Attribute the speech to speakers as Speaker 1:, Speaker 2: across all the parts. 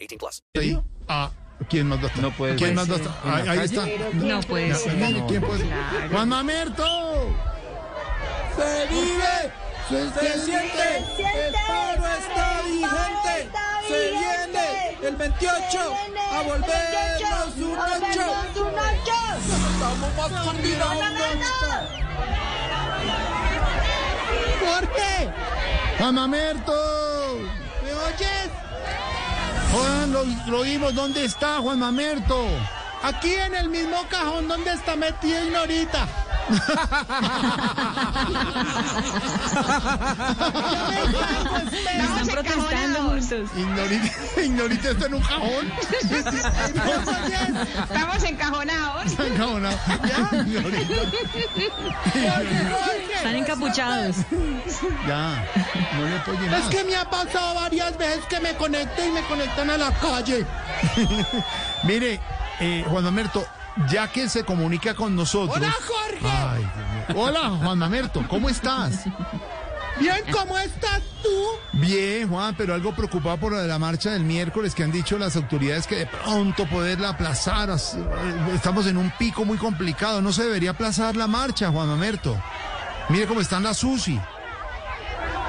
Speaker 1: 18 plus.
Speaker 2: ahí? Ah, ¿quién más gasta?
Speaker 3: No puede
Speaker 2: ¿Quién
Speaker 3: ser.
Speaker 2: más gasta?
Speaker 3: ¿En la
Speaker 2: Ah, Ahí, ahí
Speaker 3: calle?
Speaker 2: está.
Speaker 4: No puede
Speaker 2: Ya,
Speaker 4: ser.
Speaker 2: mire, ¿quién puede ser? ¡Juan Mamerto! ¡Se vive! ¡Se, siente!
Speaker 5: ¡El paro está vigente! ¡Se viene el 28 a volvernos un ocho! ¡Estamos más combinados!
Speaker 2: ¡Jorge! ¡Juan Mamerto! ¿Me oyes? Juan, lo, lo oímos. ¿Dónde está Juan Mamerto? Aquí en el mismo cajón donde está metido Ignorita.
Speaker 4: Están protestando juntos.
Speaker 2: Ignorita, Ignorita está en un cajón.
Speaker 4: Estamos encajonados.
Speaker 2: No, no. Ya, Ignorita.
Speaker 4: Están encapuchados.
Speaker 2: Ya, no le puedo llenar. Es que me ha pasado varias veces que me conecto y me conectan a la calle. Mire, eh, Juan Mamerto, ya que se comunica con nosotros. ¡Hola, Jorge! Hola, Juan Mamerto, ¿cómo estás? Bien, ¿cómo estás tú? Bien, Juan, pero algo preocupado por lo de la marcha del miércoles que han dicho las autoridades que de pronto poderla aplazar. as- eh, Estamos en un pico muy complicado. No se debería aplazar la marcha, Juan Mamerto. Mire cómo están las UCI.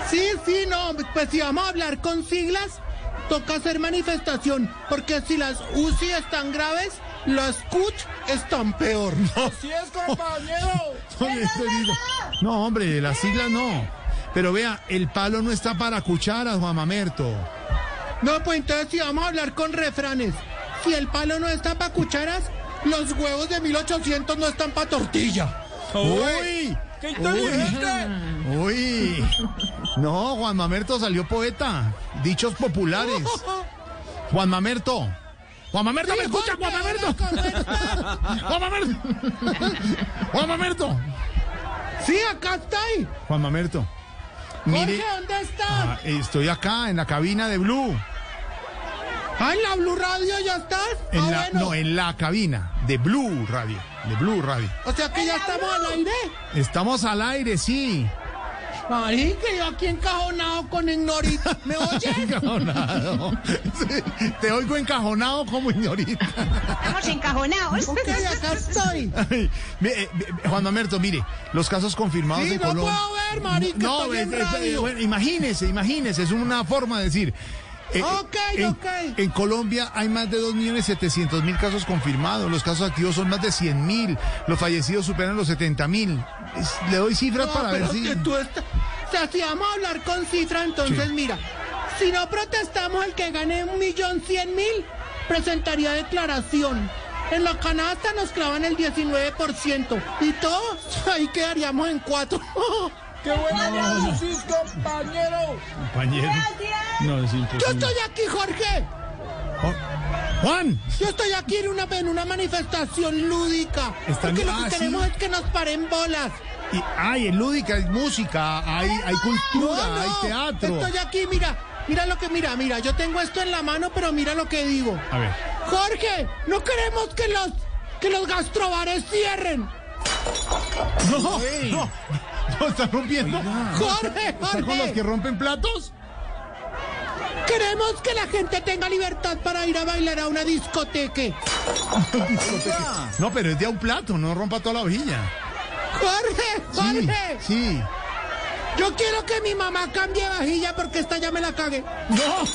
Speaker 2: Sí, sí, no, pues si vamos a hablar con siglas, toca hacer manifestación, porque si las UCI están graves, las CUT están peor. No,
Speaker 5: ¡Así es, compañero!
Speaker 2: este no hombre, las siglas no. Pero vea, el palo no está para cucharas, Juan Mamerto. No, pues entonces si vamos a hablar con refranes, si el palo no está para cucharas, los huevos de 1800 no están para tortilla. ¡Uy!
Speaker 5: ¡Qué
Speaker 2: inteligente! Uy, no, Juan Mamerto salió poeta. Dichos populares. Juan Mamerto. Juan Mamerto, ¿me escucha? Juan Mamerto. Juan Mamerto. Juan Mamerto. Sí, acá estoy. Juan Mamerto. Mire,
Speaker 5: ¿dónde estás?
Speaker 2: ah, estoy acá en la cabina de Blue.
Speaker 5: ¡Ah, en la Blue Radio ya estás!
Speaker 2: En la, No,
Speaker 5: Ah,
Speaker 2: en la cabina de Blue Radio. De Blue Radio.
Speaker 5: O sea que ya estamos al aire.
Speaker 2: Estamos al aire, sí.
Speaker 5: Marica, yo aquí encajonado con Ignorita. ¿Me oyes?
Speaker 2: Encajonado. Sí, Te oigo encajonado como ignorita.
Speaker 4: Estamos encajonados.
Speaker 5: Ok, acá estoy.
Speaker 2: Ay, mi- eh, mi- Juan Mamerto, mire, los casos confirmados
Speaker 5: Sí,
Speaker 2: en
Speaker 5: no
Speaker 2: Colombia.
Speaker 5: puedo ver, marica, estoy en radio.
Speaker 2: bueno, imagínese, imagínese, es una forma de decir. Eh,
Speaker 5: Ok,
Speaker 2: en,
Speaker 5: ok.
Speaker 2: en Colombia hay más de 2.700.000 casos confirmados, los casos activos son más de 100.000, los fallecidos superan los 70.000. Es- Le doy cifras
Speaker 5: No,
Speaker 2: para ver
Speaker 5: pero
Speaker 2: si...
Speaker 5: que tú estás- O sea, si vamos a hablar con cifra, entonces
Speaker 2: Sí.
Speaker 5: mira, si no protestamos el que gane un millón cien mil, presentaría declaración. En la canasta nos clavan el 19% y todos ahí quedaríamos en cuatro.
Speaker 6: ¡Qué buena análisis, compañero!
Speaker 2: Compañero. No, es imposible.
Speaker 5: Yo estoy aquí, Jorge.
Speaker 2: Ju- Juan,
Speaker 5: Yo estoy aquí en una, en una manifestación lúdica.
Speaker 2: Están-
Speaker 5: porque lo
Speaker 2: ah,
Speaker 5: que
Speaker 2: sí.
Speaker 5: queremos es que nos paren bolas.
Speaker 2: y, ay, es lúdica, es música, hay, hay cultura,
Speaker 5: No, no,
Speaker 2: hay teatro.
Speaker 5: Estoy aquí, mira, mira lo que mira, mira, yo tengo esto en la mano, pero mira lo que digo.
Speaker 2: A ver.
Speaker 5: Jorge, no queremos que los que los gastrobares cierren.
Speaker 2: No, no, no, está rompiendo.
Speaker 5: Jorge,
Speaker 2: ¿Está con los
Speaker 5: Jorge.
Speaker 2: que rompen platos?
Speaker 5: Queremos que la gente tenga libertad para ir a bailar a una discoteca.
Speaker 2: No, pero es de a un plato, no rompa toda la vajilla.
Speaker 5: Jorge,
Speaker 2: Sí,
Speaker 5: Jorge,
Speaker 2: sí.
Speaker 5: yo quiero que mi mamá cambie vajilla porque esta ya me la cagué.
Speaker 2: No,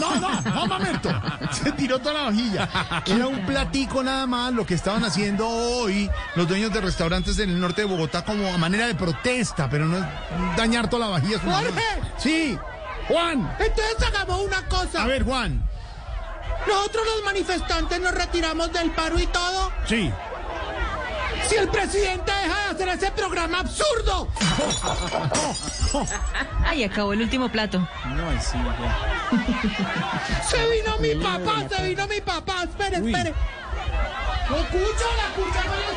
Speaker 2: no, no, no, momento. Se tiró toda la vajilla. Era un platico nada más lo que estaban haciendo hoy los dueños de restaurantes en el norte de Bogotá como a manera de protesta, pero no es dañar toda la vajilla. es una-
Speaker 5: Jorge.
Speaker 2: Sí, Juan.
Speaker 5: Entonces hagamos una cosa.
Speaker 2: A ver, Juan.
Speaker 5: Nosotros los manifestantes nos retiramos del paro y todo.
Speaker 2: Sí.
Speaker 5: Si el presidente deja de hacer ese programa absurdo.
Speaker 4: Ay, acabó el último plato.
Speaker 6: No, sí,
Speaker 5: Se vino mi papá, se vino mi papá. Espere, espere. No escucho, la escucha no la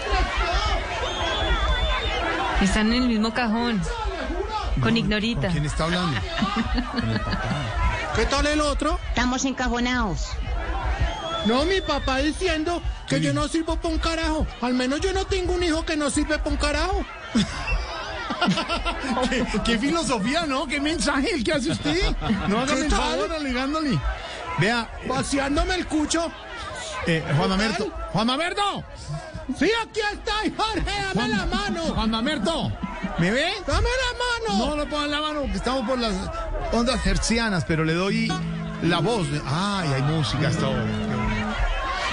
Speaker 5: escucho.
Speaker 4: Están en el mismo cajón,
Speaker 5: le juro.
Speaker 4: con ignorita.
Speaker 2: ¿Quién está hablando?
Speaker 5: ¿Qué tal el otro?
Speaker 4: Estamos encajonados.
Speaker 5: No, mi papá diciendo que yo no sirvo para un carajo. Al menos yo no tengo un hijo que no sirve para un carajo.
Speaker 2: ¿Qué, qué filosofía, ¿no? ¿Qué mensaje el que hace usted? No hágame
Speaker 5: ¿Qué
Speaker 2: el
Speaker 5: tal?
Speaker 2: favor alegándole. Vea,
Speaker 5: Vaciándome el cucho.
Speaker 2: eh, Juan Mamerto. Juan Mamerto.
Speaker 5: Sí, aquí está, Jorge, dame la mano.
Speaker 2: Juan Mamerto. ¿Me ve?
Speaker 5: Dame la mano.
Speaker 2: No le pongan la mano porque estamos por las ondas hercianas, pero le doy la voz. Ay, hay música hasta ahora.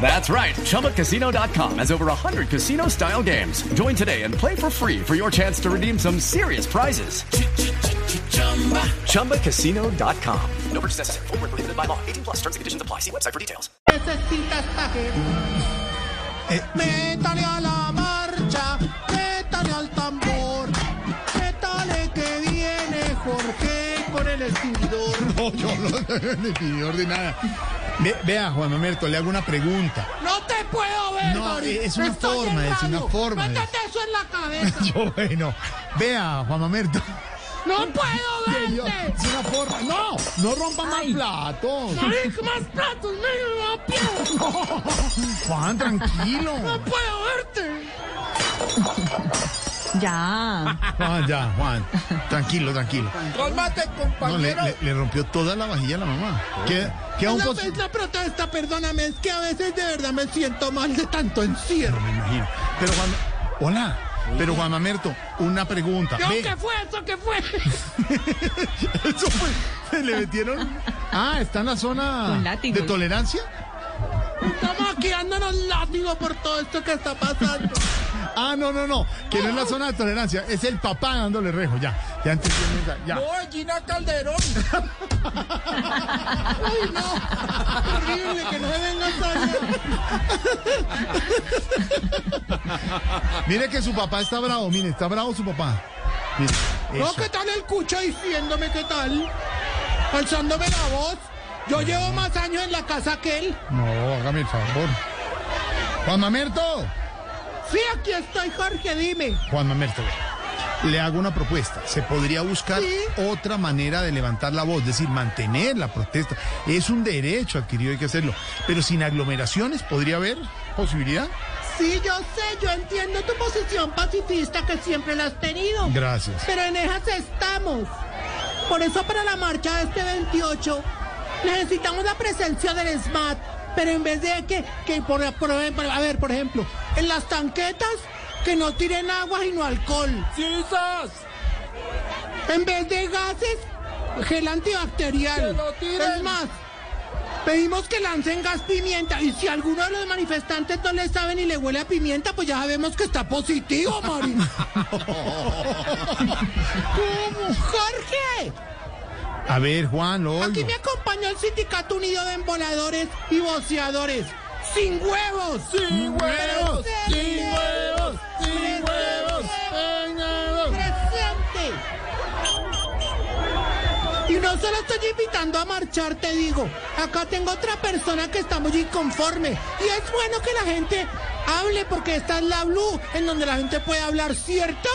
Speaker 3: That's right. ChumbaCasino.com has over 100 casino style games. Join today and play for free for your chance to redeem some serious prizes. ChumbaCasino.com.
Speaker 1: No purchase necessary. Void where prohibited by law. 18 plus terms and conditions apply. See website for details.
Speaker 5: Necesita esta gente.
Speaker 2: Eh.
Speaker 5: Métale a la marcha, métale al tambor, métale que viene Jorge con el extinguidor.
Speaker 2: No, yo no ni pidor de nada. Ve- vea, Juan Mamerto, le hago una pregunta.
Speaker 5: No te puedo ver,
Speaker 2: No,
Speaker 5: Mari.
Speaker 2: es una
Speaker 5: Estoy
Speaker 2: forma,
Speaker 5: en
Speaker 2: es una
Speaker 5: radio.
Speaker 2: forma.
Speaker 5: Métete eso en la cabeza.
Speaker 2: Yo, bueno, vea, Juan Mamerto.
Speaker 5: No puedo
Speaker 2: que yo-
Speaker 5: verte.
Speaker 2: es una forma. No, no rompa más platos.
Speaker 5: Maric, más platos, menos no puedo.
Speaker 2: Juan, tranquilo.
Speaker 5: No puedo verte.
Speaker 4: Ya.
Speaker 2: Juan, ya, Juan. Tranquilo, tranquilo.
Speaker 6: Cálmate,
Speaker 2: No, le,
Speaker 6: compañero.
Speaker 2: le- le rompió toda la vajilla a la mamá. Queda, queda un
Speaker 5: La,
Speaker 2: poco.
Speaker 5: vez la protesta, perdóname, es que a veces de verdad me siento mal de tanto encierro.
Speaker 2: Me imagino. Pero Juan. Hola. Pero Juan Mamerto, una pregunta.
Speaker 5: No,
Speaker 2: Ve-
Speaker 5: ¿Qué fue eso? ¿Qué fue?
Speaker 2: Eso fue. Se le metieron. Ah, está en la
Speaker 4: Con
Speaker 2: zona
Speaker 4: látigos.
Speaker 2: de tolerancia.
Speaker 5: Estamos aquí dándonos látigo por todo esto que está pasando.
Speaker 2: Ah, no, no, no. Que no es la zona de tolerancia. Es el papá dándole rejo. Ya. Ya entendí el mensaje, Ya.
Speaker 6: No, es Gina Calderón.
Speaker 5: Ay, no. Horrible que no me vengan a
Speaker 2: Mire que su papá está bravo. Mire, está bravo su papá. Mire,
Speaker 5: No,
Speaker 2: eso.
Speaker 5: ¿qué tal el cucho diciéndome qué tal? Alzándome la voz. Yo llevo más años en la casa que él.
Speaker 2: No, hágame el favor. Juan Mamerto.
Speaker 5: Sí, aquí estoy, Jorge, dime.
Speaker 2: Juan Mamerto, ve, le hago una propuesta. Se podría buscar
Speaker 5: Sí.
Speaker 2: otra manera de levantar la voz, es decir, mantener la protesta. Es un derecho adquirido, hay que hacerlo. Pero sin aglomeraciones, ¿podría haber posibilidad?
Speaker 5: Sí, yo sé, yo entiendo tu posición pacifista que siempre la has tenido.
Speaker 2: Gracias.
Speaker 5: Pero en esas estamos. Por eso para la marcha de este 28 necesitamos la presencia del SMAT. Pero en vez de que, que por, por ejemplo, a ver, por ejemplo, en las tanquetas que no tiren agua sino alcohol.
Speaker 6: ¡Cisas!
Speaker 5: En vez de gases, gel antibacterial.
Speaker 6: ¡Que lo tiren!
Speaker 5: Es más, pedimos que lancen gas pimienta. Y si alguno de los manifestantes no le saben y le huele a pimienta, pues ya sabemos que está positivo, Mari. ¿Cómo? ¡Jorge!
Speaker 2: A ver, Juan, lo
Speaker 5: Aquí
Speaker 2: oigo.
Speaker 5: me acompaña el sindicato unido de emboladores y boceadores. ¡Sin huevos!
Speaker 6: ¡Sin huevos! ¡Sin huevos! ¡Sin huevos! ¡Sin huevos!
Speaker 5: presente. Y no solo estoy invitando a marchar, te digo. Acá tengo otra persona que está muy inconforme. Y es bueno que la gente hable porque esta es la Blue, en donde la gente puede hablar, ¿cierto?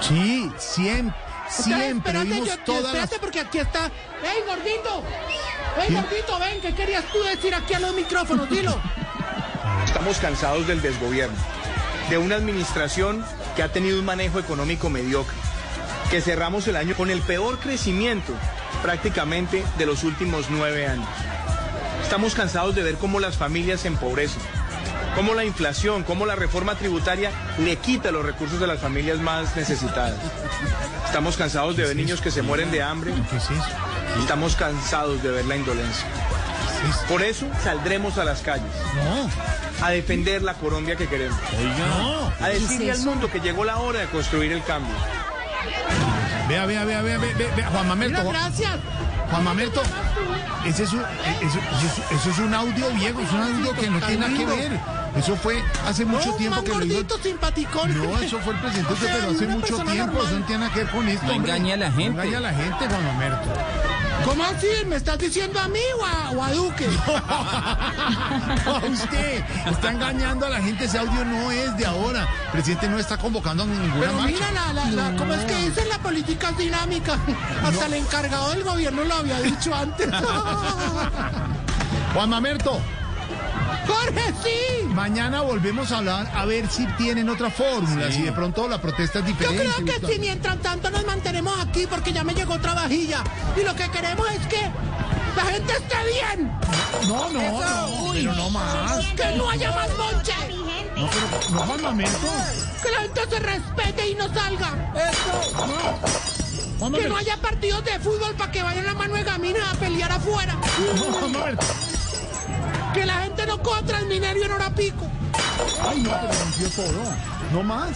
Speaker 2: Sí, siempre,
Speaker 5: Espera,
Speaker 2: siempre
Speaker 5: espérate,
Speaker 2: oímos
Speaker 5: yo-
Speaker 2: todas
Speaker 5: espérate
Speaker 2: las...
Speaker 5: porque aquí está. ¡Ey, gordito! ¡Ey,
Speaker 2: ¿Quién?
Speaker 5: gordito, ven! ¿Qué querías tú decir aquí a los micrófonos? Dilo.
Speaker 7: Estamos cansados del desgobierno, de una administración que ha tenido un manejo económico mediocre, que cerramos el año con el peor crecimiento prácticamente de los últimos nueve años. Estamos cansados de ver cómo las familias se empobrecen, cómo la inflación, cómo la reforma tributaria le quita los recursos de las familias más necesitadas. Estamos cansados de ver niños que se mueren de hambre.
Speaker 2: ¿Qué es eso?
Speaker 7: Estamos cansados de ver la indolencia. Por e- eso saldremos a las calles
Speaker 2: No,
Speaker 7: a defender la Colombia que queremos,
Speaker 2: no.
Speaker 7: a decirle al mundo que llegó la hora de construir el cambio.
Speaker 2: Vea, vea, vea, vea, vea, vea, vea, Juan Mamerto.
Speaker 5: Mira,
Speaker 2: Juan-
Speaker 5: gracias.
Speaker 2: Juan Mamerto, ese es un- eso, eso- eso es un audio viejo, es un audio que no tiene nada que ver. Eso fue hace mucho
Speaker 5: No,
Speaker 2: tiempo
Speaker 5: man
Speaker 2: que lo hizo.
Speaker 5: gordito, simpaticón.
Speaker 2: No, eso fue el presidente,
Speaker 5: O sea,
Speaker 2: pero hace
Speaker 5: una
Speaker 2: mucho
Speaker 5: persona
Speaker 2: tiempo.
Speaker 5: normal.
Speaker 2: Eso no tiene nada que ver con esto. No engaña a la gente. No engaña a la gente, Juan Mamerto.
Speaker 5: ¿Cómo así? ¿Me estás diciendo a mí o a, o a Duque?
Speaker 2: No, usted está engañando a la gente. Ese audio no es de ahora. El presidente no está convocando a ninguna
Speaker 5: Pero
Speaker 2: marcha.
Speaker 5: mira, la, la, la- ¿cómo es que dicen la política es dinámica? Hasta el encargado del gobierno lo había dicho antes.
Speaker 2: Juan Mamerto,
Speaker 5: ¡Jorge, sí!
Speaker 2: mañana volvemos a hablar a ver si tienen otra fórmula, si de pronto la protesta es
Speaker 5: Yo
Speaker 2: diferente.
Speaker 5: creo
Speaker 2: Gustavo.
Speaker 5: que sí, mientras tanto nos mantenemos aquí porque ya me llegó otra vajilla. Y lo que queremos es que la gente esté bien.
Speaker 2: No, no, no, pero no más.
Speaker 5: Que no haya más monche.
Speaker 2: No, pero no, Juan Mamerto.
Speaker 5: Que la gente se respete y no salga.
Speaker 2: Juan
Speaker 5: Que no
Speaker 2: Mamerto.
Speaker 5: haya partidos de fútbol para que vayan a Manuel Gamina a pelear afuera.
Speaker 2: No, Juan Mamerto.
Speaker 5: Que la gente no coja Transminerio en hora pico.
Speaker 2: Ay, no, pero rompió todo. No más.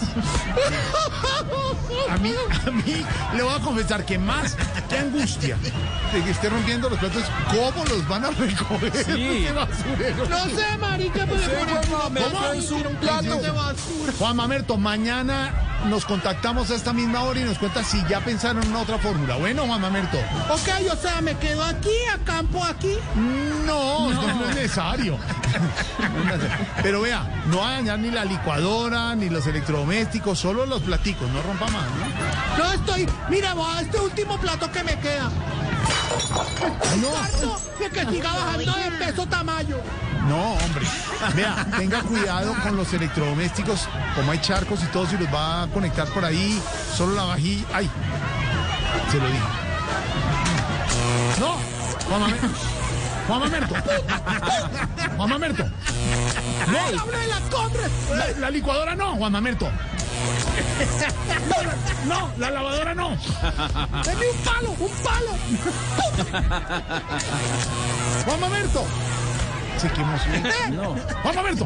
Speaker 2: A mí, a mí, le voy a confesar que más, qué angustia de que esté rompiendo los platos. ¿Cómo los van a recoger? Qué basurero.
Speaker 5: No sé, marica, pero por aquí no puedo
Speaker 2: es
Speaker 5: admitir
Speaker 2: un
Speaker 5: un
Speaker 2: plato.
Speaker 5: plato de basura.
Speaker 2: Juan Mamerto, mañana nos contactamos a esta misma hora y nos cuentas si ya pensaron en una otra fórmula. Bueno, Juan Mamerto.
Speaker 5: Ok, o sea, me quedo aquí, acampo aquí.
Speaker 2: No, no, no es necesario. Pero vea, no va a dañar ni la licuadora, ni los electrodomésticos, solo los platicos, no rompa más, ¿no?
Speaker 5: No estoy. Mira, va este último plato que me queda.
Speaker 2: Ay,
Speaker 5: Harto de que siga bajando de peso tamaño.
Speaker 2: no, no, hombre. Vea, tenga cuidado con los electrodomésticos, como hay charcos y todo, si los va a conectar por ahí, solo la vajilla. Ay, se lo dije. No, Juan Mamerto. Juan Mamerto. Juan Mamerto.
Speaker 5: ¡No hablo de las contras!
Speaker 2: La, la licuadora no, Juan Mamerto. No, la lavadora no.
Speaker 5: ¡Deme un palo, un palo!
Speaker 2: Juan Mamerto. Sí, qué emoción. Juan Mamerto.